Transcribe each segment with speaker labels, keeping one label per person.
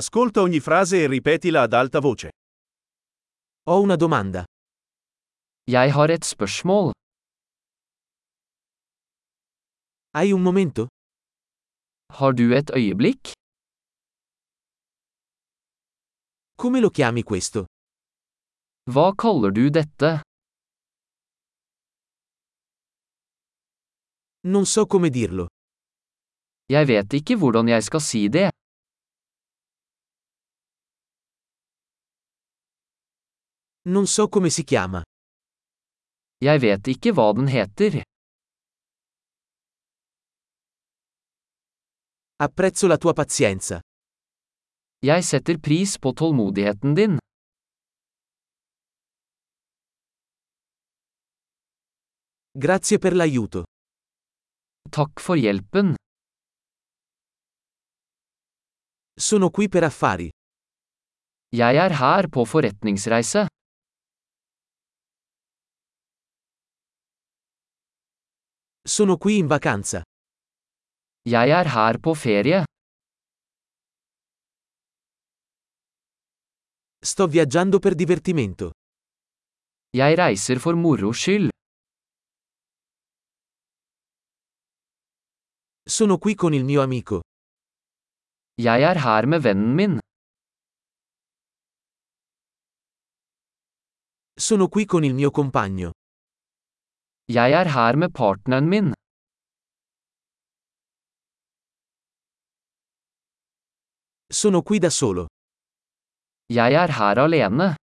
Speaker 1: Ascolta ogni frase e ripetila ad alta voce.
Speaker 2: Ho una domanda.
Speaker 3: Jeg har et spørsmål.
Speaker 2: Hai un momento?
Speaker 3: Har du et øyeblikk?
Speaker 2: Come lo chiami questo?
Speaker 3: Hva kaller du dette?
Speaker 2: Non so come dirlo.
Speaker 3: Jeg vet ikke hvordan jeg skal si det.
Speaker 2: Non so come si chiama.
Speaker 3: Jeg vet ikke hva den heter.
Speaker 2: Apprezzo la tua pazienza.
Speaker 3: Jeg setter pris på tålmodigheten din.
Speaker 2: Grazie per l'aiuto.
Speaker 3: Takk for hjelpen.
Speaker 2: Sono qui per affari.
Speaker 3: Jeg er her på forretningsreise.
Speaker 2: Sono qui in vacanza.
Speaker 3: Jeg er her på ferie.
Speaker 2: Sto viaggiando per divertimento.
Speaker 3: Jeg reiser for moro skyld.
Speaker 2: Sono qui con il mio amico.
Speaker 3: Jeg er her med vennen min.
Speaker 2: Sono qui con il mio compagno.
Speaker 3: Jeg er her med partneren min.
Speaker 2: Sono qui da solo.
Speaker 3: Jeg er her alene.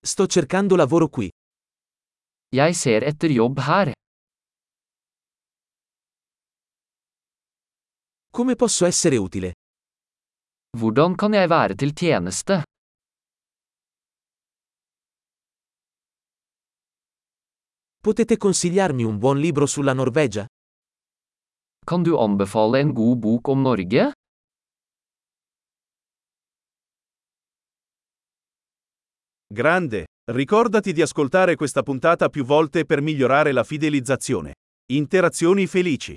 Speaker 2: Sto cercando lavoro qui.
Speaker 3: Jeg ser etter jobb her.
Speaker 2: Come posso essere utile?
Speaker 3: Hvordan kan jeg være til tjeneste?
Speaker 2: Potete consigliarmi un buon libro sulla Norvegia?
Speaker 3: Kan du anbefale en god bok om Norge?
Speaker 1: Grande. Ricordati di ascoltare questa puntata più volte per migliorare la fidelizzazione. Interazioni felici.